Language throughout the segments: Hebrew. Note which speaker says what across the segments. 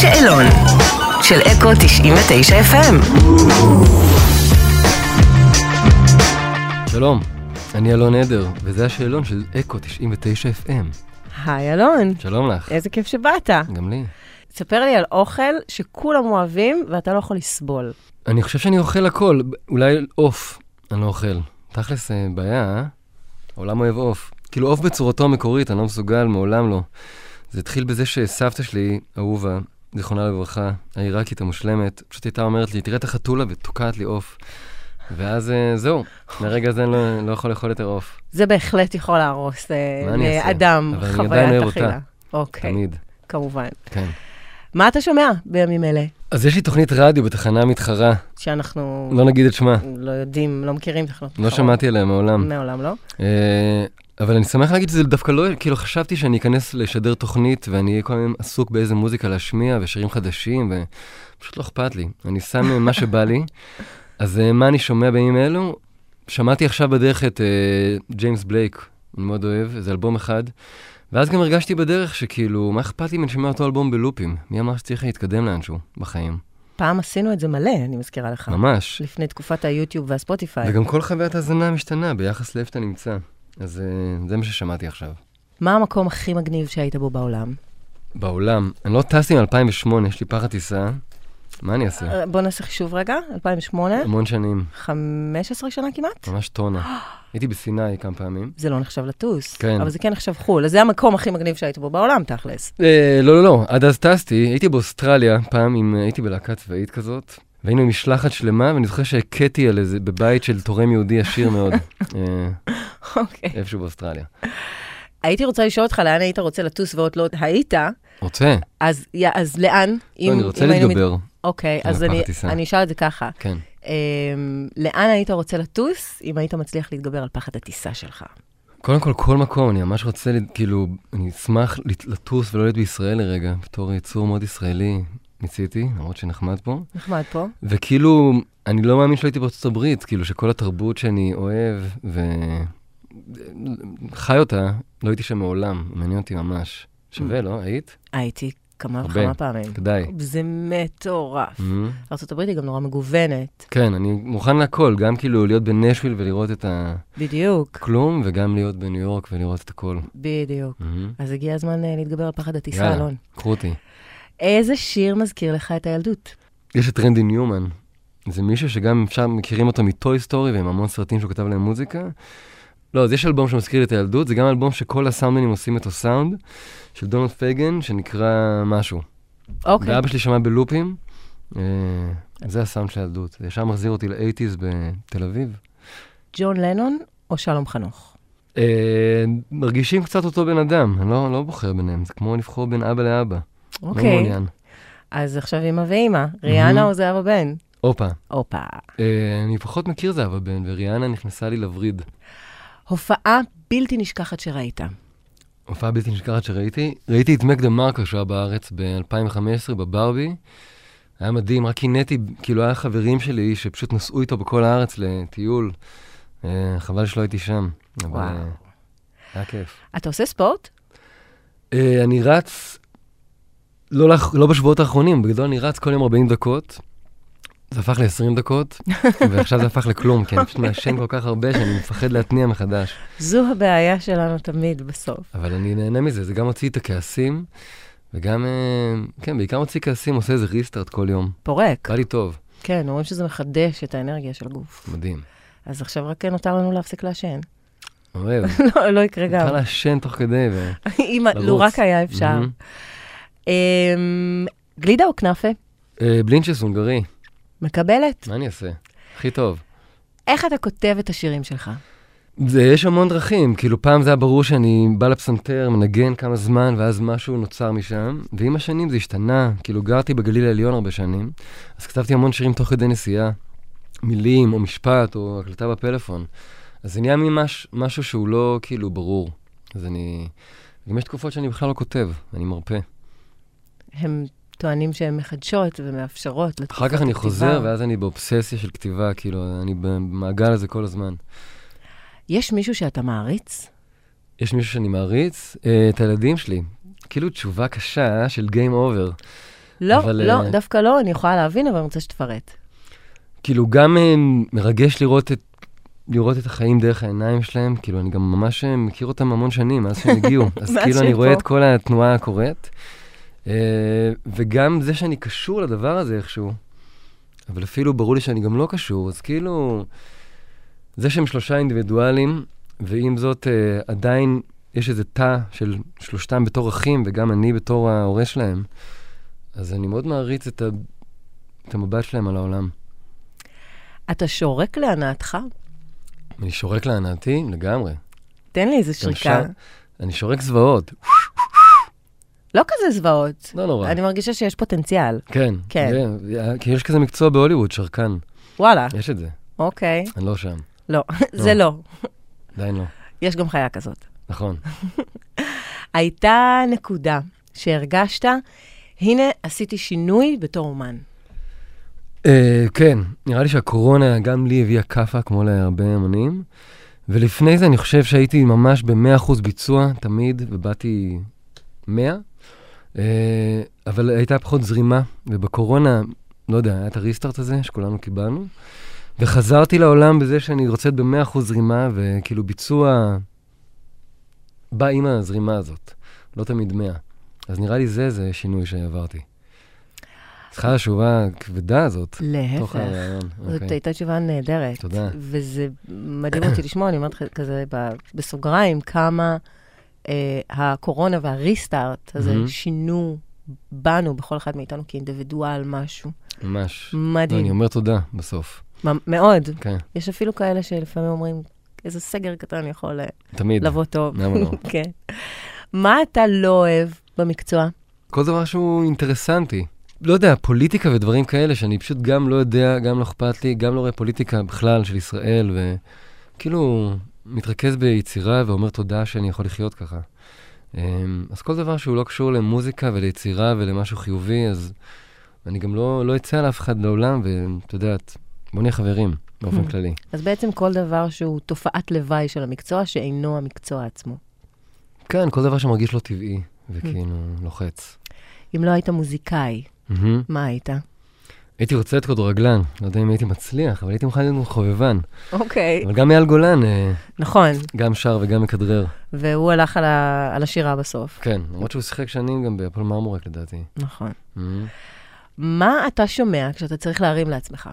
Speaker 1: שאלון של אקו 99 FM.
Speaker 2: שלום, אני אלון עדר, וזה השאלון של אקו 99 FM.
Speaker 3: היי אלון,
Speaker 2: שלום לך.
Speaker 3: איזה כיף שבאת.
Speaker 2: גם לי.
Speaker 3: ספר לי על אוכל שכולם אוהבים ואתה לא יכול לסבול.
Speaker 2: אני חושב שאני אוכל הכל, אולי עוף אני לא אוכל. תכלס, אה, בעיה, אה? העולם אוהב עוף. כאילו עוף בצורתו המקורית, אני לא מסוגל, מעולם לא. זה התחיל בזה שסבתא שלי, אהובה, זיכרונה לברכה, העיראקית המושלמת, פשוט הייתה אומרת לי, תראה את החתולה ותוקעת לי עוף. ואז אה, זהו, מהרגע הזה אני לא, לא יכול לאכול יותר עוף,
Speaker 3: זה בהחלט יכול להרוס אה,
Speaker 2: מה אני אעשה?
Speaker 3: לאדם
Speaker 2: אבל אני עדיין
Speaker 3: חוויית
Speaker 2: אוהב
Speaker 3: אכילה.
Speaker 2: אותה.
Speaker 3: אוקיי,
Speaker 2: תמיד.
Speaker 3: כמובן.
Speaker 2: כן.
Speaker 3: מה אתה שומע בימים אלה?
Speaker 2: אז יש לי תוכנית רדיו בתחנה מתחרה,
Speaker 3: שאנחנו
Speaker 2: לא נגיד את שמה,
Speaker 3: לא יודעים, לא מכירים תחנות
Speaker 2: לא
Speaker 3: אחרות.
Speaker 2: שמעתי עליה מעולם.
Speaker 3: מעולם לא.
Speaker 2: אה, אבל אני שמח להגיד שזה דווקא לא, כאילו חשבתי שאני אכנס לשדר תוכנית ואני אהיה כל היום עסוק באיזה מוזיקה להשמיע ושירים חדשים, ופשוט לא אכפת לי. אני שם אה, מה שבא לי. אז אה, מה אני שומע בימים אלו? שמעתי עכשיו בדרך את אה, ג'יימס בלייק, אני מאוד אוהב, זה אלבום אחד. ואז גם הרגשתי בדרך שכאילו, מה אכפת לי אם אני שומע אותו אלבום בלופים? מי אמר שצריך להתקדם לאנשהו בחיים?
Speaker 3: פעם עשינו את זה מלא, אני מזכירה לך.
Speaker 2: ממש.
Speaker 3: לפני תקופת היוטיוב והספוטיפיי.
Speaker 2: וגם כל חוויית האזנה משתנה ביחס לאיפה אתה נמצא. אז אה, זה מה ששמעתי עכשיו.
Speaker 3: מה המקום הכי מגניב שהיית בו בעולם?
Speaker 2: בעולם, אני לא טסתי מ-2008, יש לי פחד טיסה, מה אני אעשה?
Speaker 3: אה, בוא נעשה חישוב רגע, 2008,
Speaker 2: המון שנים,
Speaker 3: 15 שנה כמעט?
Speaker 2: ממש טונה. הייתי בסיני כמה פעמים.
Speaker 3: זה לא נחשב לטוס,
Speaker 2: כן.
Speaker 3: אבל זה כן נחשב חו"ל, אז זה המקום הכי מגניב שהיית בו בעולם, תכלס.
Speaker 2: אה, לא, לא, לא, עד אז טסתי, הייתי באוסטרליה פעם, עם, אה, הייתי בלהקה צבאית כזאת, והיינו עם משלחת שלמה, ואני זוכר שהכיתי על איזה, בבית של תורם יהודי עשיר מאוד, אה,
Speaker 3: אוקיי.
Speaker 2: איפשהו באוסטריה.
Speaker 3: הייתי רוצה לשאול אותך לאן היית רוצה לטוס ועוד לא היית,
Speaker 2: רוצה?
Speaker 3: אז, יא- אז לאן?
Speaker 2: לא, אני רוצה
Speaker 3: אם היינו מת-
Speaker 2: להתגבר,
Speaker 3: אוקיי,
Speaker 2: כן,
Speaker 3: אז אני-
Speaker 2: הפחד טיסה.
Speaker 3: אני אשאל את זה ככה.
Speaker 2: כן.
Speaker 3: אמ, לאן היית רוצה לטוס אם היית מצליח להתגבר על פחד הטיסה שלך?
Speaker 2: קודם כל, כל מקום, אני ממש רוצה, ל- כאילו, אני אשמח לט- לטוס ולא להיות בישראל לרגע, בתור יצור מאוד ישראלי, ניסיתי, למרות שנחמד פה.
Speaker 3: נחמד פה.
Speaker 2: וכאילו, אני לא מאמין שלא הייתי בארצות הברית, כאילו שכל התרבות שאני אוהב וחי אותה, לא הייתי שם מעולם, מעניין אותי ממש. שווה, לא? היית?
Speaker 3: הייתי כמה
Speaker 2: הרבה.
Speaker 3: וכמה פעמים.
Speaker 2: כדאי.
Speaker 3: זה מטורף.
Speaker 2: מהמם.
Speaker 3: ארה"ב היא גם נורא מגוונת.
Speaker 2: כן, אני מוכן להכל, גם כאילו להיות בנשוויל ולראות את
Speaker 3: בדיוק,
Speaker 2: הכלום, וגם להיות בניו יורק ולראות את הכל.
Speaker 3: בדיוק.
Speaker 2: מהמם.
Speaker 3: אז הגיע הזמן אה, להתגבר על פחד הטיסה,
Speaker 2: יאללה.
Speaker 3: אלון.
Speaker 2: קחו אותי.
Speaker 3: איזה שיר מזכיר לך את הילדות?
Speaker 2: יש את רנדי ניומן. זה מישהו שגם אפשר, מכירים אותו מטוי סטורי ועם המון סרטים שהוא כתב להם מוזיקה. לא, אז יש אלבום שמזכיר לי את הילדות, זה גם אלבום שכל הסאונדנים עושים אותו סאונד, של דונלד פייגן, שנקרא משהו.
Speaker 3: אוקיי,
Speaker 2: ואבא שלי שמע בלופים, אה, זה הסאונד של הילדות. זה ישר מחזיר אותי לאייטיז בתל אביב.
Speaker 3: ג'ון לנון או שלום חנוך?
Speaker 2: אה, מרגישים קצת אותו בן אדם, אני לא, לא בוחר ביניהם, זה כמו לבחור בין אבא לאבא. לא
Speaker 3: אוקיי,
Speaker 2: מעוניין.
Speaker 3: אז עכשיו אימא ואימא, ריאנה
Speaker 2: מהמם.
Speaker 3: או זהבה בן?
Speaker 2: הופה,
Speaker 3: הופה.
Speaker 2: אה, אני פחות מכיר זהבה בן, וריאנה נכנסה לי לווריד.
Speaker 3: הופעה בלתי נשכחת שראית.
Speaker 2: הופעה בלתי נשכחת שראיתי, ראיתי את מק דה מרקו שהיה בארץ ב-2015 בברבי. היה מדהים, רק קינאתי, כאילו היה חברים שלי שפשוט נסעו איתו בכל הארץ לטיול. אה, חבל שלא הייתי שם. אבל,
Speaker 3: וואו.
Speaker 2: אה, היה כיף.
Speaker 3: אתה עושה ספורט?
Speaker 2: אה, אני רץ, לא, לאח- לא בשבועות האחרונים, בגדול אני רץ כל יום 40 דקות. זה הפך ל-20 דקות, ועכשיו זה הפך לכלום, כי אני פשוט מעשן כל כך הרבה שאני מפחד להתניע מחדש.
Speaker 3: זו הבעיה שלנו תמיד בסוף.
Speaker 2: אבל אני נהנה מזה, זה גם הוציא את הכעסים, וגם, אה, כן, בעיקר הוציא כעסים, עושה איזה ריסטארט כל יום.
Speaker 3: פורק.
Speaker 2: בא לי טוב,
Speaker 3: כן, אומרים שזה מחדש את האנרגיה של הגוף.
Speaker 2: מדהים.
Speaker 3: אז עכשיו רק אה, נותר לנו להפסיק לעשן.
Speaker 2: אוהב.
Speaker 3: לא, לא יקרה גם.
Speaker 2: אפשר לעשן תוך כדי, ו...
Speaker 3: אם לו
Speaker 2: לרוץ.
Speaker 3: רק היה אפשר.
Speaker 2: מהמם.
Speaker 3: אמ, גלידה או כנאפה?
Speaker 2: אה, בלינצ'ס הונגרי,
Speaker 3: מקבלת.
Speaker 2: מה אני אעשה? הכי טוב.
Speaker 3: איך אתה כותב את השירים שלך?
Speaker 2: זה, יש המון דרכים, כאילו פעם זה היה ברור שאני בא לפסנתר, מנגן כמה זמן, ואז משהו נוצר משם, ועם השנים זה השתנה, כאילו גרתי בגליל העליון הרבה שנים, אז כתבתי המון שירים תוך כדי נסיעה, מילים או משפט או הקלטה בפלאפון. אז זה נהיה ממש משהו שהוא לא כאילו ברור. אז אני... גם יש תקופות שאני בכלל לא כותב, אני מרפה.
Speaker 3: הם טוענים שהן מחדשות ומאפשרות לתקופת
Speaker 2: אחר כך אני
Speaker 3: הכתיבה.
Speaker 2: חוזר, ואז אני באובססיה של כתיבה, כאילו, אני במעגל הזה כל הזמן.
Speaker 3: יש מישהו שאתה מעריץ?
Speaker 2: יש מישהו שאני מעריץ? אה, את הילדים שלי. כאילו תשובה קשה של Game Over.
Speaker 3: לא,
Speaker 2: אבל,
Speaker 3: לא,
Speaker 2: אה,
Speaker 3: דווקא לא, אני יכולה להבין, אבל אני רוצה שתפרט.
Speaker 2: כאילו, גם אה, מרגש לראות את... לראות את החיים דרך העיניים שלהם, כאילו, אני גם ממש אה, מכיר אותם המון שנים, מאז שהם הגיעו. אז
Speaker 3: מאז
Speaker 2: כאילו,
Speaker 3: שהם
Speaker 2: אני רואה
Speaker 3: פה.
Speaker 2: את כל התנועה הקורית. אה, וגם זה שאני קשור לדבר הזה איכשהו, אבל אפילו ברור לי שאני גם לא קשור, אז כאילו, זה שהם שלושה אינדיבידואלים, ועם זאת, אה, עדיין יש איזה תא של שלושתם בתור אחים, וגם אני בתור ההורה שלהם, אז אני מאוד מעריץ את, ה... את המבט שלהם על העולם.
Speaker 3: אתה שורק להנאתך?
Speaker 2: אני שורק להנאתי לגמרי.
Speaker 3: תן לי איזה
Speaker 2: גם
Speaker 3: שריקה.
Speaker 2: שם- אני שורק זוועות,
Speaker 3: לא כזה זוועות.
Speaker 2: לא נורא.
Speaker 3: אני מרגישה שיש פוטנציאל.
Speaker 2: כן.
Speaker 3: כן.
Speaker 2: זה- כי יש כזה מקצוע בהוליווד, שרקן.
Speaker 3: וואלה,
Speaker 2: יש את זה.
Speaker 3: אוקיי.
Speaker 2: אני לא שם.
Speaker 3: לא, זה לא.
Speaker 2: עדיין לא.
Speaker 3: יש גם חיה כזאת.
Speaker 2: נכון.
Speaker 3: הייתה נקודה שהרגשת, הנה, עשיתי שינוי בתור אומן.
Speaker 2: אה, כן, נראה לי שהקורונה גם לי הביאה כאפה, כמו להרבה אמנים. ולפני זה אני חושב שהייתי ממש ב-100% ביצוע תמיד, ובאתי 100. אה, אבל הייתה פחות זרימה, ובקורונה, לא יודע, היה את הריסטארט הזה שכולנו קיבלנו. וחזרתי לעולם בזה שאני רוצה להיות ב-100% זרימה, וכאילו ביצוע בא עם הזרימה הזאת, לא תמיד 100. אז נראה לי זה, זה שינוי שעברתי. צריכה התשובה הכבדה הזאת. תוך
Speaker 3: להפך.
Speaker 2: הרעיון,
Speaker 3: זאת
Speaker 2: אוקיי.
Speaker 3: הייתה תשובה נהדרת.
Speaker 2: תודה.
Speaker 3: וזה מדהים אותי לשמוע, אני אומרת לך כזה ב- בסוגריים, כמה אה, הקורונה והריסטארט הזה
Speaker 2: מהמם.
Speaker 3: שינו בנו, בכל אחד מאיתנו כאינדיבידואל משהו.
Speaker 2: ממש. לא, אני
Speaker 3: מדהים.
Speaker 2: אומר תודה בסוף.
Speaker 3: מ- מאוד.
Speaker 2: כן,
Speaker 3: יש אפילו כאלה שלפעמים אומרים, איזה סגר קטן יכול אה,
Speaker 2: תמיד.
Speaker 3: לבוא טוב.
Speaker 2: למה לא?
Speaker 3: כן. מה אתה לא אוהב במקצוע?
Speaker 2: כל דבר שהוא אינטרסנטי. לא יודע, פוליטיקה ודברים כאלה שאני פשוט גם לא יודע, גם לא אכפת לי, גם לא רואה פוליטיקה בכלל של ישראל, וכאילו מתרכז ביצירה ואומר תודה שאני יכול לחיות ככה. אמ, אז כל דבר שהוא לא קשור למוזיקה וליצירה ולמשהו חיובי, אז אני גם לא, לא אצא על אף אחד לעולם, ואת יודעת, בוא נהיה חברים באופן
Speaker 3: Hmm.
Speaker 2: כללי.
Speaker 3: אז בעצם כל דבר שהוא תופעת לוואי של המקצוע, שאינו המקצוע עצמו.
Speaker 2: כן, כל דבר שמרגיש לא טבעי, וכאילו
Speaker 3: Hmm.
Speaker 2: לוחץ.
Speaker 3: אם לא היית מוזיקאי,
Speaker 2: מהמם.
Speaker 3: מה היית?
Speaker 2: הייתי רוצה להיות כדורגלן, לא יודע אם הייתי מצליח, אבל הייתי מוכן להיות חובבן.
Speaker 3: אוקיי.
Speaker 2: אבל גם אייל גולן, אה,
Speaker 3: נכון,
Speaker 2: גם שר וגם מכדרר.
Speaker 3: והוא הלך על, ה... על השירה בסוף.
Speaker 2: כן, למרות שהוא שיחק שנים גם בהפועל מרמורק לדעתי. Mm.
Speaker 3: נכון.
Speaker 2: מהמם.
Speaker 3: מה אתה שומע כשאתה צריך להרים לעצמך?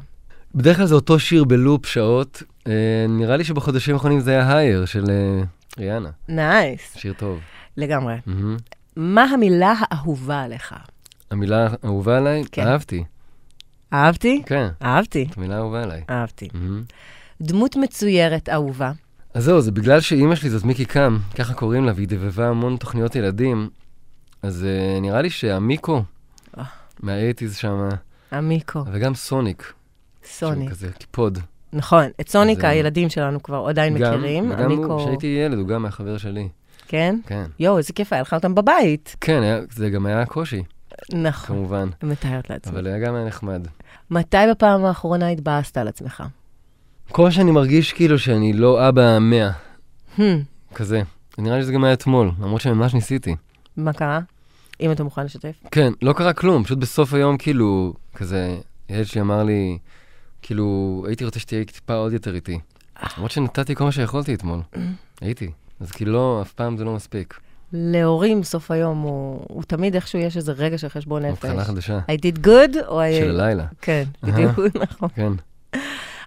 Speaker 2: בדרך כלל זה אותו שיר בלופ שעות. אה, נראה לי שבחודשים האחרונים זה היה הייר של אה, ריאנה,
Speaker 3: נייס.
Speaker 2: שיר טוב.
Speaker 3: לגמרי.
Speaker 2: מהמם.
Speaker 3: מה המילה האהובה עליך?
Speaker 2: המילה האהובה עליי,
Speaker 3: כן.
Speaker 2: אהבתי.
Speaker 3: אהבתי?
Speaker 2: כן,
Speaker 3: אהבתי.
Speaker 2: זאת המילה האהובה עליי.
Speaker 3: אהבתי.
Speaker 2: מהמם.
Speaker 3: דמות מצוירת אהובה.
Speaker 2: אז זהו, זה בגלל שאימא שלי זאת מיקי קם, ככה קוראים לה, והיא דבבה המון תוכניות ילדים, אז אה, נראה לי שהמיקו,
Speaker 3: אה.
Speaker 2: מהאייטיז שמה,
Speaker 3: עמיקו,
Speaker 2: אוקיי. וגם סוניק, שהוא
Speaker 3: סוניק.
Speaker 2: אה, כזה קיפוד.
Speaker 3: נכון, את סוניק
Speaker 2: זה-
Speaker 3: הילדים שלנו כבר עדיין
Speaker 2: גם-
Speaker 3: מכירים.
Speaker 2: וגם הוא,
Speaker 3: עמיקו,
Speaker 2: כשהייתי ילד, הוא גם היה חבר שלי.
Speaker 3: כן?
Speaker 2: כן.
Speaker 3: יואו, איזה כיף היה לך אותם בבית.
Speaker 2: כן, היה, זה גם היה קושי,
Speaker 3: נכון.
Speaker 2: כמובן,
Speaker 3: מתארת לעצמי.
Speaker 2: אבל היה גם היה נחמד.
Speaker 3: מתי בפעם האחרונה התבאסת על עצמך?
Speaker 2: כל שאני מרגיש כאילו שאני לא אבא מאה,
Speaker 3: הם,
Speaker 2: כזה. נראה לי שזה גם היה אתמול, למרות שממש ניסיתי.
Speaker 3: מה קרה? אם אתה מוכן לשתף.
Speaker 2: כן, לא קרה כלום, פשוט בסוף היום, כאילו, כזה, ילד שלי אמר לי, כאילו, הייתי רוצה שתהיה טיפה עוד יותר איתי. למרות שנתתי כל מה שיכולתי אתמול,
Speaker 3: אה.
Speaker 2: הייתי. אז כאילו, לא, אף פעם זה לא מספיק.
Speaker 3: להורים סוף היום הוא, הוא תמיד איכשהו יש איזה רגע של חשבון נפש.
Speaker 2: מבחינה חדשה,
Speaker 3: I did good או I...
Speaker 2: של הלילה,
Speaker 3: כן,
Speaker 2: אהה.
Speaker 3: בדיוק, נכון.
Speaker 2: כן.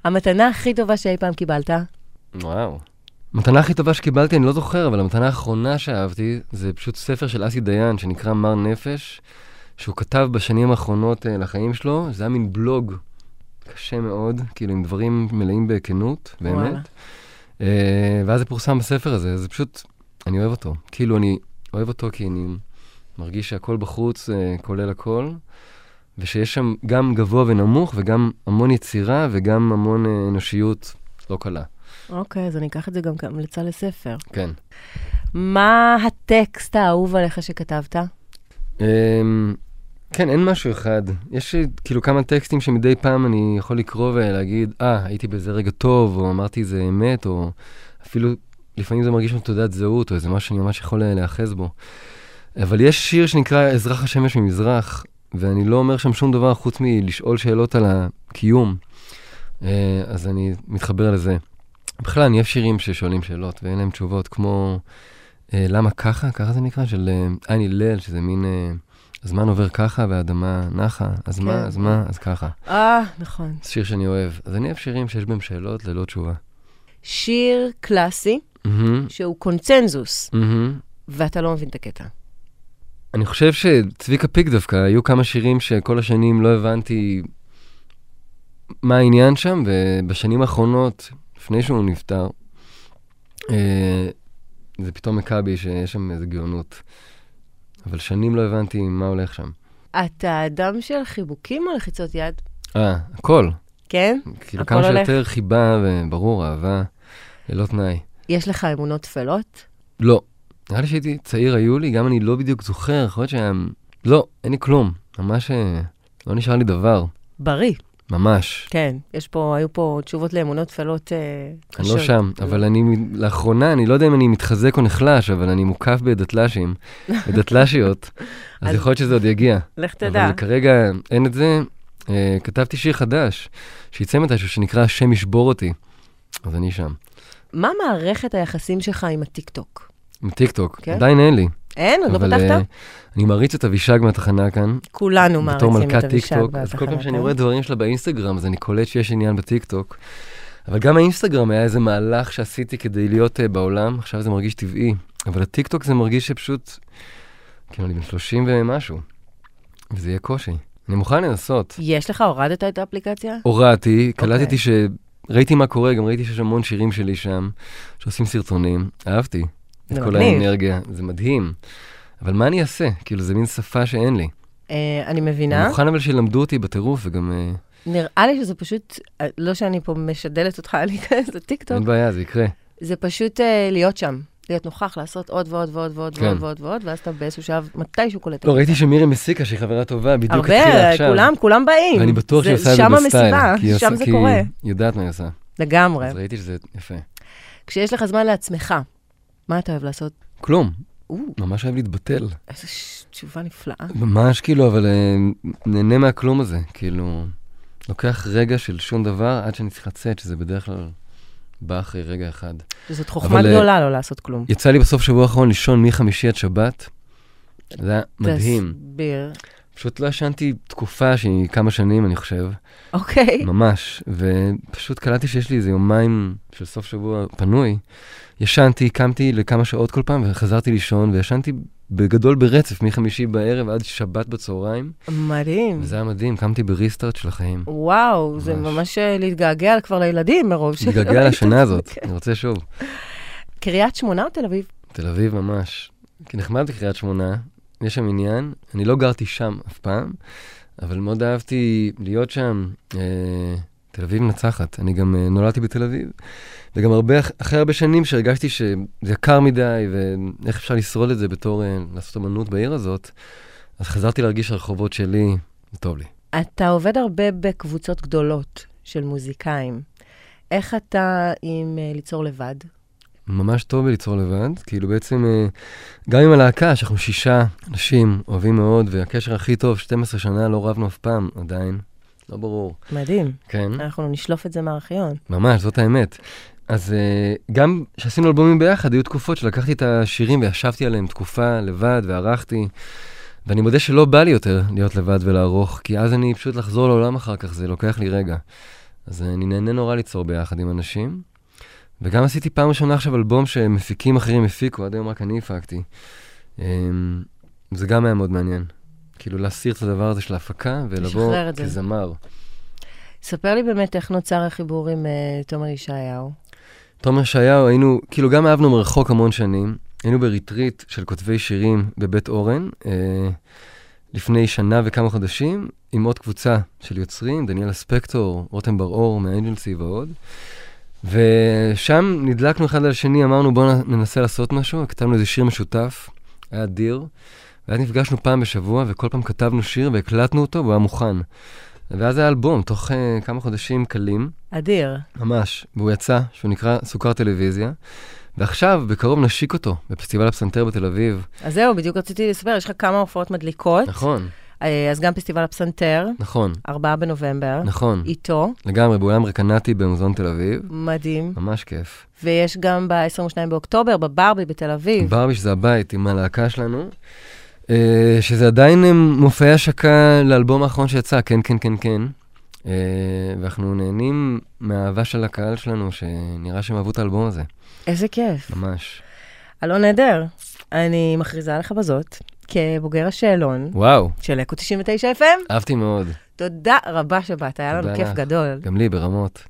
Speaker 3: המתנה הכי טובה שאי פעם קיבלת?
Speaker 2: וואו. המתנה הכי טובה שקיבלתי, אני לא זוכר, אבל המתנה האחרונה שאהבתי, זה פשוט ספר של אסי דיין, שנקרא מר נפש, שהוא כתב בשנים האחרונות אה, לחיים שלו, זה היה מין בלוג קשה מאוד, כאילו עם דברים מלאים בכנות,
Speaker 3: וואלה.
Speaker 2: באמת. אה, ואז זה פורסם בספר הזה, זה פשוט, אני אוהב אותו. כאילו, אני אוהב אותו כי אני מרגיש שהכל בחוץ, אה, כולל הכל, ושיש שם גם גבוה ונמוך, וגם המון יצירה, וגם המון אה, אנושיות לא קלה.
Speaker 3: אוקיי, אז אני אקח את זה גם כהמלצה לספר.
Speaker 2: כן.
Speaker 3: מה הטקסט האהוב עליך שכתבת?
Speaker 2: אמ, כן, אין משהו אחד. יש אה, כאילו כמה טקסטים שמדי פעם אני יכול לקרוא ולהגיד, אה, הייתי באיזה רגע טוב, או אמרתי איזה אמת, או אפילו לפעמים זה מרגיש כמו תעודת זהות, או איזה משהו שאני ממש יכול אה, להיאחז בו. אבל יש שיר שנקרא "אזרח השמש ממזרח", ואני לא אומר שם שום דבר חוץ מלשאול שאלות על הקיום. אה, אז אני מתחבר לזה. בכלל, אני אוהב שירים ששואלים שאלות ואין להם תשובות, כמו אה, למה ככה, ככה זה נקרא, של אה, אני ליל, שזה מין, אה, הזמן עובר ככה והאדמה נחה, אז
Speaker 3: כן.
Speaker 2: מה, אז מה, אז ככה.
Speaker 3: אה, נכון.
Speaker 2: זה שיר שאני אוהב. אז אני אוהב שירים שיש בהם שאלות ללא תשובה.
Speaker 3: שיר קלאסי,
Speaker 2: מהמם,
Speaker 3: שהוא קונצנזוס,
Speaker 2: מהמם.
Speaker 3: ואתה לא מבין את הקטע.
Speaker 2: אני חושב שצביקה פיק דווקא, היו כמה שירים שכל השנים לא הבנתי מה העניין שם, ובשנים האחרונות, לפני שהוא נפטר, אה, זה פתאום הכה בי שיש שם איזו גאונות. אבל שנים לא הבנתי מה הולך שם.
Speaker 3: אתה אדם של חיבוקים או לחיצות יד?
Speaker 2: אה, הכל.
Speaker 3: כן?
Speaker 2: כאילו
Speaker 3: הכל
Speaker 2: כמה
Speaker 3: הולך.
Speaker 2: שיותר חיבה, וברור, אהבה, ללא תנאי.
Speaker 3: יש לך אמונות טפלות?
Speaker 2: לא. נראה לי שהייתי צעיר, היו לי, גם אני לא בדיוק זוכר, יכול להיות שהיה... לא, אין לי כלום. ממש אה, לא נשאר לי דבר.
Speaker 3: בריא.
Speaker 2: ממש.
Speaker 3: כן. יש פה, היו פה תשובות לאמונות טפלות אה,
Speaker 2: אני
Speaker 3: קשות.
Speaker 2: לא שם, אבל אני מ- לאחרונה, אני לא יודע אם אני מתחזק או נחלש, אבל אני מוקף בדתל"שים, בדתל"שיות,
Speaker 3: אז-
Speaker 2: אז יכול להיות שזה עוד יגיע.
Speaker 3: לך תדע.
Speaker 2: אבל כרגע אין את זה. אה, כתבתי שיר חדש, שיצא מתישהו, שנקרא "השם ישבור אותי". אז אני שם.
Speaker 3: מה מערכת היחסים שלך עם הטיקטוק?
Speaker 2: עם טיקטוק,
Speaker 3: כן?
Speaker 2: עדיין אין לי.
Speaker 3: אין? עוד לא
Speaker 2: אבל, אה,
Speaker 3: פתחת?
Speaker 2: אני מעריץ את אבישג מהתחנה כאן,
Speaker 3: כולנו
Speaker 2: בתור
Speaker 3: מעריצים את
Speaker 2: מלכת
Speaker 3: אבישג
Speaker 2: טיקטוק, אז כל פעם
Speaker 3: והתחנה,
Speaker 2: שאני
Speaker 3: כן?
Speaker 2: רואה דברים שלה באינסטגרם, אז אני קולט שיש עניין בטיקטוק. אבל גם האינסטגרם היה איזה מהלך שעשיתי כדי להיות אה, בעולם, עכשיו זה מרגיש טבעי. אבל הטיקטוק זה מרגיש שפשוט, כאילו אני בן 30 ומשהו, וזה יהיה קושי. אני מוכן לנסות.
Speaker 3: יש לך, הורדת את האפליקציה?
Speaker 2: הורדתי,
Speaker 3: אוקיי.
Speaker 2: קלטתי ש... ראיתי מה קורה, גם ראיתי שיש המון שירים שלי שם, שעושים סרטונים, אהבתי. את
Speaker 3: זה
Speaker 2: כל
Speaker 3: מגניב.
Speaker 2: האנרגיה, זה מדהים. אבל מה אני אעשה? כאילו, זה מין שפה שאין לי.
Speaker 3: אה, אני
Speaker 2: אני
Speaker 3: מבינה.
Speaker 2: מוכן אבל שילמדו אותי בטירוף, וגם אה,
Speaker 3: נראה לי שזה פשוט, אה, לא שאני פה משדלת אותך להיכנס לטיקטוק,
Speaker 2: אין בעיה, זה יקרה.
Speaker 3: זה פשוט אה, להיות שם, להיות נוכח, לעשות עוד ועוד ועוד ועוד
Speaker 2: כן.
Speaker 3: ועוד ועוד ועוד, ואז אתה באיזשהו שלב, מתישהו קולט.
Speaker 2: לא, ראיתי שמירי מסיקה, שהיא חברה טובה, בדיוק התחילה
Speaker 3: הרבה, אה,
Speaker 2: עכשיו.
Speaker 3: כולם, כולם באים.
Speaker 2: ואני בטוח שהיא עושה את זה
Speaker 3: שם
Speaker 2: בסטייל.
Speaker 3: המסיבה,
Speaker 2: כי היא
Speaker 3: שם
Speaker 2: עושה- כאילו-
Speaker 3: זה
Speaker 2: כי
Speaker 3: קורה.
Speaker 2: היא יודעת מה היא עושה.
Speaker 3: לגמרי.
Speaker 2: אז ראיתי שזה יפה.
Speaker 3: כשיש לך זמן לעצמך, מה אתה אוהב לעשות?
Speaker 2: כלום,
Speaker 3: או,
Speaker 2: ממש אוהב להתבטל.
Speaker 3: איזו ש- תשובה נפלאה.
Speaker 2: ממש כאילו, אבל אה, נהנה מהכלום הזה. כאילו, לוקח רגע של שום דבר עד שאני צריך לצאת, שזה בדרך כלל בא אחרי רגע אחד.
Speaker 3: זאת חוכמה
Speaker 2: אבל, אה,
Speaker 3: גדולה לא לעשות כלום.
Speaker 2: יצא לי בסוף שבוע האחרון לישון מחמישי עד שבת. זה היה מדהים.
Speaker 3: תסביר.
Speaker 2: פשוט לא ישנתי תקופה שהיא כמה שנים, אני חושב.
Speaker 3: אוקיי.
Speaker 2: ממש, ופשוט קלטתי שיש לי איזה יומיים של סוף שבוע פנוי. ישנתי, קמתי לכמה שעות כל פעם וחזרתי לישון, וישנתי בגדול ברצף מחמישי בערב עד שבת בצהריים,
Speaker 3: מדהים.
Speaker 2: וזה היה מדהים, קמתי בריסטארט של החיים.
Speaker 3: וואו, זה
Speaker 2: ממש.
Speaker 3: ממש אה, להתגעגע כבר לילדים מרוב שלא
Speaker 2: מתגעגע
Speaker 3: ראית.
Speaker 2: לשנה הזאת, אני רוצה שוב.
Speaker 3: קריית שמונה או תל אביב?
Speaker 2: תל אביב ממש. כי נחמד בקריית שמונה, יש שם עניין, אני לא גרתי שם אף פעם, אבל מאוד אהבתי להיות שם. אה, תל אביב מנצחת, אני גם אה, נולדתי בתל אביב, וגם הרבה, אחרי הרבה שנים שהרגשתי שזה יקר מדי, ואיך אפשר לשרוד את זה בתור אה, לעשות אמנות בעיר הזאת, אז חזרתי להרגיש הרחובות שלי, זה טוב לי.
Speaker 3: אתה עובד הרבה בקבוצות גדולות של מוזיקאים. איך אתה עם אה, ליצור לבד?
Speaker 2: ממש טוב בליצור לבד, כאילו בעצם, אה, גם עם הלהקה, שאנחנו שישה אנשים אוהבים מאוד, והקשר הכי טוב, 12 שנה לא רבנו אף פעם, עדיין, לא ברור.
Speaker 3: מדהים.
Speaker 2: כן,
Speaker 3: אנחנו נשלוף את זה מהארכיון.
Speaker 2: ממש, זאת האמת. אז אה, גם כשעשינו אלבומים ביחד, היו תקופות שלקחתי את השירים וישבתי עליהם תקופה לבד וערכתי, ואני מודה שלא בא לי יותר להיות לבד ולערוך, כי אז אני פשוט לחזור לעולם אחר כך, זה לוקח לי רגע. אז אה, אני נהנה נורא ליצור ביחד עם אנשים. וגם עשיתי פעם ראשונה עכשיו אלבום שמפיקים אחרים הפיקו, עד היום רק אני הפקתי. אמ, זה גם היה מאוד מעניין. כאילו להסיר את הדבר הזה של ההפקה ולבוא
Speaker 3: לשחרר את זה.
Speaker 2: כזמר.
Speaker 3: ספר לי באמת איך נוצר החיבור עם אה, תומר ישעיהו.
Speaker 2: תומר ישעיהו, היינו, כאילו גם אהבנו מרחוק המון שנים, היינו בריטריט של כותבי שירים בבית אורן, אה, לפני שנה וכמה חודשים, עם עוד קבוצה של יוצרים, דניאלה ספקטור, רותם בר-אור מהאנג'נסי ועוד. ושם נדלקנו אחד על השני, אמרנו בואו ננסה לעשות משהו, כתבנו איזה שיר משותף, היה אדיר, ואז נפגשנו פעם בשבוע, וכל פעם כתבנו שיר והקלטנו אותו, והוא היה מוכן. ואז היה אלבום, תוך אה, כמה חודשים קלים.
Speaker 3: אדיר.
Speaker 2: ממש, והוא יצא, שהוא נקרא סוכר טלוויזיה, ועכשיו בקרוב נשיק אותו בפסטיבל הפסנתר בתל אביב.
Speaker 3: אז זהו, בדיוק רציתי לספר, יש לך כמה הופעות מדליקות.
Speaker 2: נכון.
Speaker 3: אה, אז גם פסטיבל הפסנתר,
Speaker 2: נכון,
Speaker 3: 4 בנובמבר,
Speaker 2: נכון,
Speaker 3: איתו,
Speaker 2: לגמרי, באולם רקנטי במוזיאון תל אביב,
Speaker 3: מדהים.
Speaker 2: ממש כיף.
Speaker 3: ויש גם ב-22 באוקטובר, בברבי בתל אביב.
Speaker 2: ברבי, שזה הבית עם הלהקה שלנו, אה, שזה עדיין אה, מופעי השקה לאלבום האחרון שיצא, כן, כן, כן, כן. אה, ואנחנו נהנים מהאהבה של הקהל שלנו, שנראה שהם אהבו את האלבום הזה,
Speaker 3: איזה כיף.
Speaker 2: ממש.
Speaker 3: אלון נהדר, אני מכריזה לך בזאת, כבוגר השאלון
Speaker 2: וואו,
Speaker 3: של אקו 99 FM,
Speaker 2: אהבתי מאוד,
Speaker 3: תודה רבה שבאת, היה לנו
Speaker 2: תודה
Speaker 3: כיף
Speaker 2: לך.
Speaker 3: גדול.
Speaker 2: גם לי ברמות.